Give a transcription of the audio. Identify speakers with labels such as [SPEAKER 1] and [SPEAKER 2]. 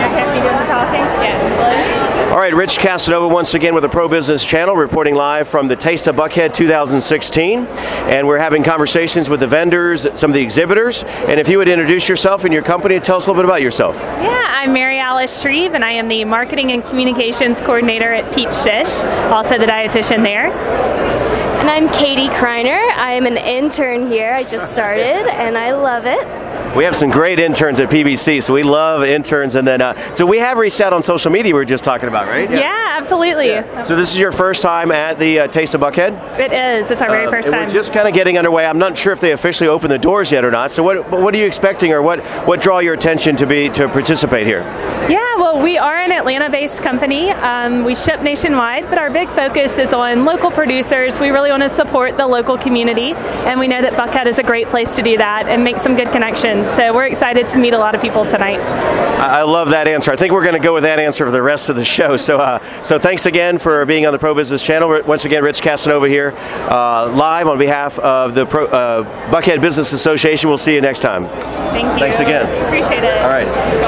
[SPEAKER 1] happy to talking. Yes.
[SPEAKER 2] All right, Rich Casanova once again with the Pro Business Channel, reporting live from the Taste of Buckhead 2016. And we're having conversations with the vendors, some of the exhibitors. And if you would introduce yourself and your company and tell us a little bit about yourself.
[SPEAKER 1] Yeah, I'm Mary Alice Shreve, and I am the Marketing and Communications Coordinator at Peach Dish, also the dietitian there.
[SPEAKER 3] And I'm Katie Kreiner. I'm an intern here. I just started and I love it.
[SPEAKER 2] We have some great interns at PBC, so we love interns. And then, uh, so we have reached out on social media. We were just talking about, right?
[SPEAKER 1] Yeah, yeah absolutely. Yeah.
[SPEAKER 2] So this is your first time at the uh, Taste of Buckhead.
[SPEAKER 1] It is. It's our very uh, first time.
[SPEAKER 2] We're Um, just kind of getting underway. I'm not sure if they officially opened the doors yet or not. So what what are you expecting, or what what draw your attention to be to participate here?
[SPEAKER 1] Yeah, well, we are an Atlanta-based company. Um, we ship nationwide, but our big focus is on local producers. We really want to support the local community, and we know that Buckhead is a great place to do that and make some good connections. So we're excited to meet a lot of people tonight.
[SPEAKER 2] I love that answer. I think we're going to go with that answer for the rest of the show. So, uh, so thanks again for being on the Pro Business Channel. Once again, Rich Casanova here, uh, live on behalf of the Pro, uh, Buckhead Business Association. We'll see you next time.
[SPEAKER 1] Thank you.
[SPEAKER 2] Thanks again.
[SPEAKER 1] Appreciate it.
[SPEAKER 2] All right.